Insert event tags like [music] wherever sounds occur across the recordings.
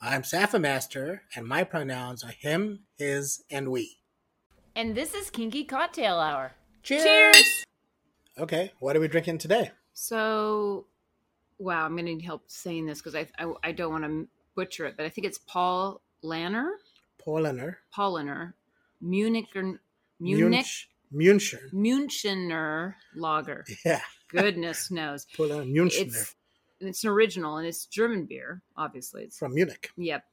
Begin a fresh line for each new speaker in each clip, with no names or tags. I'm Safa Master, and my pronouns are him, his, and we.
And this is Kinky Cocktail Hour.
Cheers! Okay, what are we drinking today?
So, wow, I'm going to need help saying this because I, I, I don't want to butcher it, but I think it's Paul Lanner,
Paulaner.
Pauliner, Munich, Munich,
München.
Münchener Lager.
Yeah,
Goodness knows.
Paulaner. Münchener.
It's, it's an original and it's German beer, obviously. It's
From Munich.
Yep.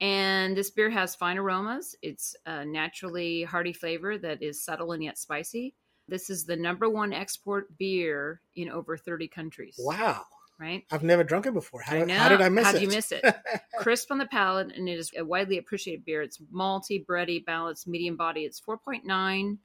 And this beer has fine aromas. It's a naturally hearty flavor that is subtle and yet spicy. This is the number one export beer in over 30 countries.
Wow.
Right?
I've never drunk it before. How,
know.
how did I miss
How'd
it?
you
[laughs]
miss it? Crisp on the palate, and it is a widely appreciated beer. It's malty, bready, balanced, medium body. It's 4.9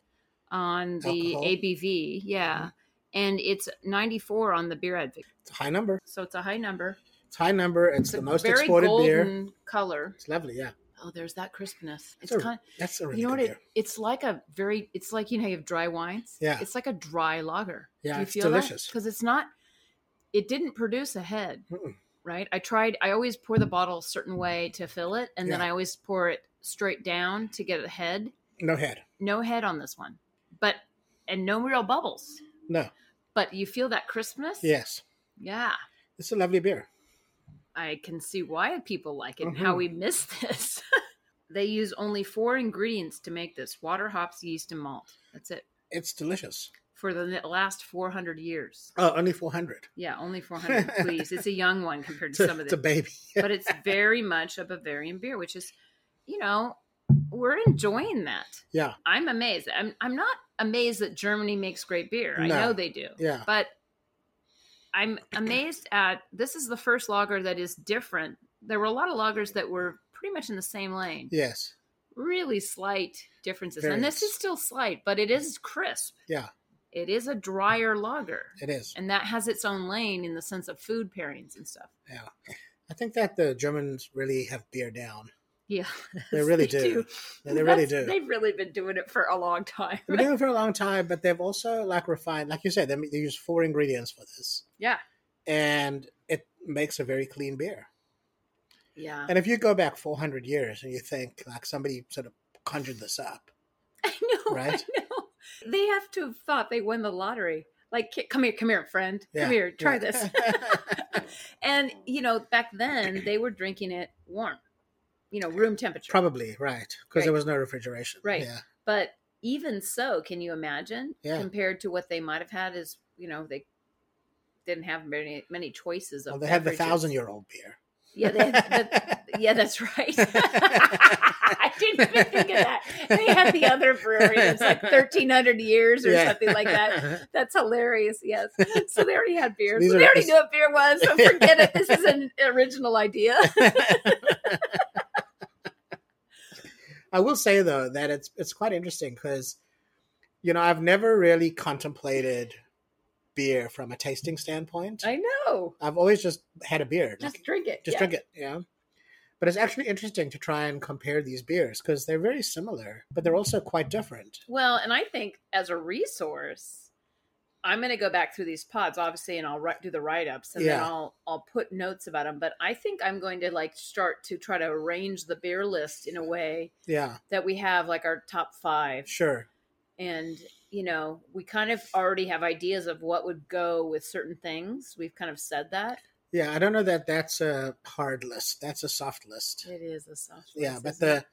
on the
Alcohol. Mm-hmm.
ABV. Yeah. And it's 94 on the beer advocate.
it's a high number.
So it's a high number.
It's a high number. It's,
It's
the
a
most
very
exported beer.
golden color.
It's lovely, yeah.
Oh, there's that crispness. It's
It's a-
kind
That's a really
you know
good
what it,
beer.
it's like a very it's like you know how you have dry wines
Yeah.
it's like a dry lager
Yeah,
Do you
it's
feel
delicious.
because it's not it didn't produce a head
Mm-mm.
right i tried i always pour the bottle a certain way to fill it and then
Yeah.
i always pour it straight down to get a head
No head.
no head on this one but and no real bubbles
No.
but you feel that crispness
Yes.
yeah
It's a lovely beer.
I can see why people like it and how
Mhm.
we miss [laughs] this. they use only four ingredients to make this water, hops, yeast, and malt. That's it
It's delicious.
for the last 400 years.
Oh, only 400.
Yeah, only
[laughs]
400, please. It's a young one compared
It's
to
a,
some of
it's a
the,
baby.
[laughs] but it's very much a Bavarian beer, which is, you know, we're enjoying that.
Yeah,
I'm amazed. I'm, I'm not amazed that Germany makes great beer. I
No.
know they do.
yeah.
But I'm amazed at this is the first logger that is different. There were a lot of loggers that were pretty much in the same lane.
Yes.
Really slight differences. And this is
Variance.
still slight, but it is crisp.
Yeah.
It is a drier lager.
It is.
And that has its own lane in the sense of food pairings and stuff.
Yeah. I think that the Germans really have
[laughs]
beer down.
Yeah.
They really do. Yeah, they really
That's-
do.
They've really been doing it for a long
[laughs]
time.
They've been doing it for a long time, but they've also like refined, like you said, they, they use four ingredients for this,
yeah.
and it makes a very clean beer.
Yeah.
And if you go back 400 years and you think like somebody sort of conjured this up,
[laughs] I know,
Right?
I know. They have to have thought they won the lottery. Like, "K- come here, come here, friend.
Yeah,
Come here, try
yeah.
this. and you know, back then they were drinking it warm, you know, room temperature.
[laughs] probably right because
Right.
there was no refrigeration.
Right.
Yeah.
But even so, can you imagine
Yeah.
compared to what they might have had? Is you know they didn't have many many choices of.
Well, they had the
beverages.
thousand-year-old beer.
Yeah, they had [laughs] the, yeah, that's right. [laughs] I didn't even think of that. They had the other brewery. It's like thirteen hundred years or
[laughs] Yeah.
something like that. That's hilarious. Yes. So they already had beer.
These
So
are-
they already knew what beer was.
[laughs]
So forget it. This is an original idea.
I will say though that it's it's quite interesting because, you know, I've never really contemplated beer from a tasting standpoint. I,
I know.
have always just had a beer, like,
Just drink it.
just drink it, yeah. But it's actually interesting to try and compare these beers because they're very similar, but they're also quite different.
Well, and I think as a resource, I'm going to go back through these pods, obviously, and I'll write, do the write ups, and then
Yeah.
I'll I'll put notes about them. But I think I'm going to like start to try to arrange the beer list in a way
Yeah,
that we have like our top five,
sure.
and you know, we kind of already have ideas of what would go with certain things. We've kind of said that
Yeah, I don't know that that's a hard list. That's a soft list.
it is a soft.
yeah,
list,
but
isn't
the
it?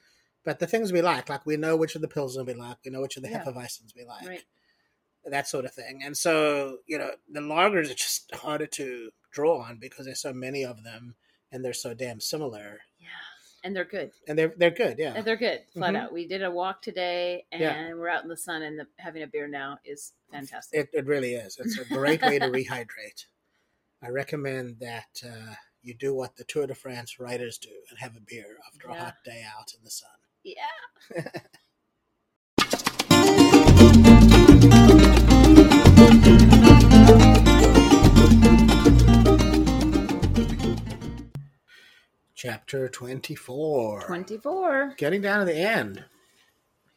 but the things we like, like we know which of the pills we like, we know which of the
Yeah.
hefeweizens we like,
Right.
that sort of thing. And so you know, the lagers are just harder to draw on because there's so many of them and they're so damn similar,
yeah, and they're good.
and they're they're good. Yeah,
And They're good, flat
Mhm.
out. We did a walk today, and
Yeah.
we're out in the sun, and the, having a beer now is fantastic.
it it really is. It's a great
[laughs]
way to rehydrate. I recommend that uh, you do what the Tour de France riders do and have a beer after a
Yeah.
hot day out in the sun.
yeah.
Chapter twenty four.
24.
Getting down to the end.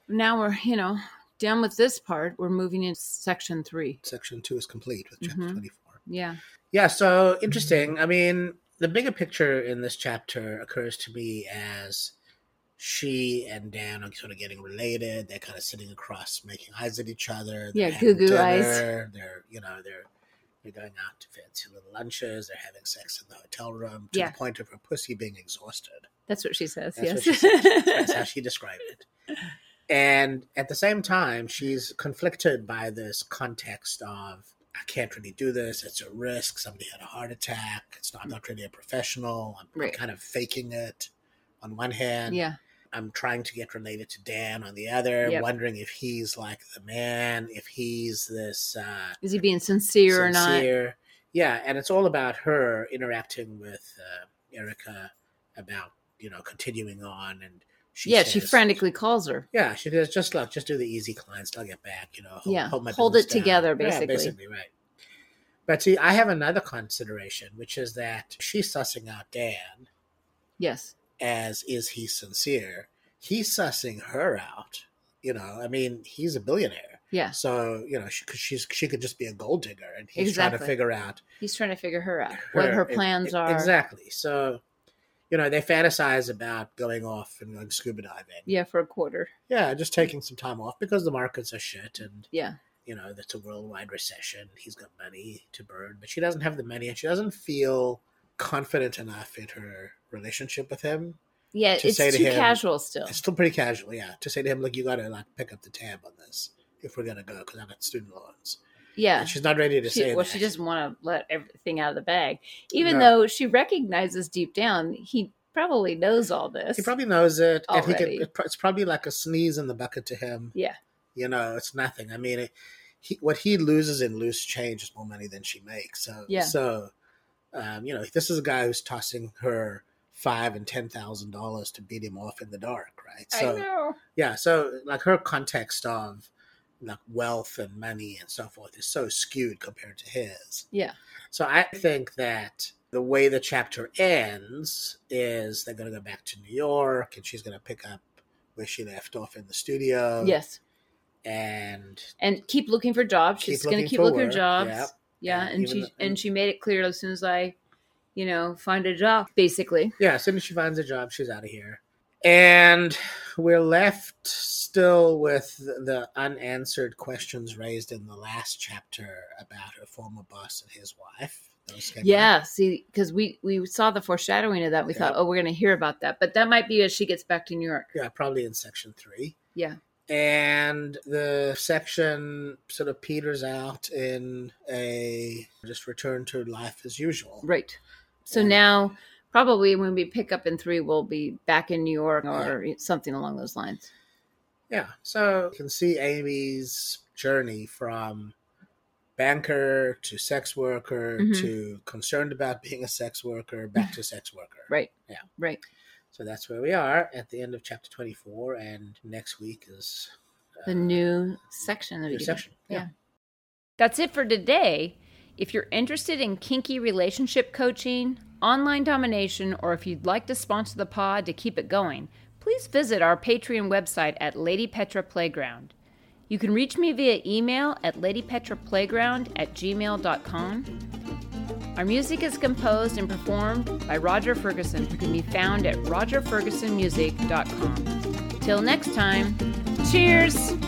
now we're you know done with this part we're moving into section three
Section two is complete with chapter
Mhm.
four.
yeah
Yeah, so interesting. I mean, the bigger picture in this chapter occurs to me as she and Dan are sort of getting related. They're kind of sitting across, making eyes at each other.
Yeah,
They're having
goo-goo eyes.
dinner. They're you know they're they're going out to fancy little lunches. They're having sex in the hotel room to
Yeah.
the point of her pussy being exhausted.
that's what she says
That's what
yes
she
[laughs]
That's how she described it. And at the same time, she's conflicted by this context of I can't really do this. It's a risk. Somebody had a heart attack. It's not, I'm not really a professional. I'm
Right.
kind of faking it on one hand.
yeah
I'm trying to get related to Dan on the other,
Yep.
wondering if he's like the man, if he's this uh,
is he being sincere, or not
sincere. Yeah, and it's all about her interacting with uh, Erica about you know continuing on, and she
yeah she
says-
frantically calls her
yeah she says just look, just do the easy clients, I'll get back, you know, hold,
Yeah,
hold, my
hold
business
it
down.
together,
Yeah,
basically.
basically right. But see, I have another consideration, which is that she's sussing out Dan
yes
as is he sincere. He's sussing her out. You know, I mean, he's a billionaire,
yeah
so you know, she, could- she's she could just be a gold digger, and he's trying
Exactly.
to figure out
he's trying to figure her out what her
e-
plans
e-
are
Exactly. So, you know, they fantasize about going off and going scuba diving.
yeah for a quarter
Yeah, just taking some time off because the markets are shit and,
Hmm. yeah
you know, that's a worldwide recession. He's got money to burn, but she doesn't have the money and she doesn't feel confident enough in her relationship with him.
yeah
To
it's
say to
too
him,
casual still
It's still pretty casual, yeah, to say to him, look, you got to like pick up the tab on this if we're going to go because I've got student loans.
yeah
And she's not ready to
she,
say
well
that.
she doesn't want to let everything out of the bag even
No.
though she recognizes deep down he probably knows all this
He probably knows it. and he
Already.
can, it pro- it's probably like a sneeze in the bucket to him.
Yeah.
You know, it's nothing. I mean, it, he, what he loses in loose change is more money than she makes. So,
Yeah.
so um, you know, this is a guy who's tossing her five and ten thousand dollars to beat him off in the dark, right?
i
So,
know
yeah. So, like her context of like wealth and money and so forth is so skewed compared to his.
yeah
So I think that the way the chapter ends is they're going to go back to New York and she's going to pick up where she left off in the studio.
yes
And
and keep looking for jobs.
Keep
She's going
looking
to keep
for
looking for
work,
jobs.
yep.
Yeah,
And
and
even
she
the-
and she made it clear as soon as I, you know, find a job. Basically,
yeah, as soon as she finds a job, she's out of here. And we're left still with the unanswered questions raised in the last chapter about her former boss and his wife. Those came up.
yeah. See, because we we saw the foreshadowing of that, we thought,
Yep.
oh, we're going to hear about that, but that might be as she gets back to New York.
Yeah, probably in section three.
Yeah.
And the section sort of peters out in a just return to life as usual.
Right. So
Yeah.
now, probably when we pick up in three, we'll be back in New York or something along those lines.
Yeah. So you can see Amy's journey from banker to sex worker
Mhm.
to concerned about being a sex worker back to sex worker.
Mm-hmm. Right.
Yeah.
Right.
So that's where we are at the end of chapter 24. And next week is
The new section. That we
Uh, new
do.
section.
Yeah. That's it for today. If you're interested in kinky relationship coaching, online domination, or if you'd like to sponsor the pod to keep it going, please visit our Patreon website at Lady Petra Playground. You can reach me via email at ladypetraplayground at gmail.com. Our music is composed and performed by Roger Ferguson, who can be found at rogerfergusonmusic.com. Till next time, cheers!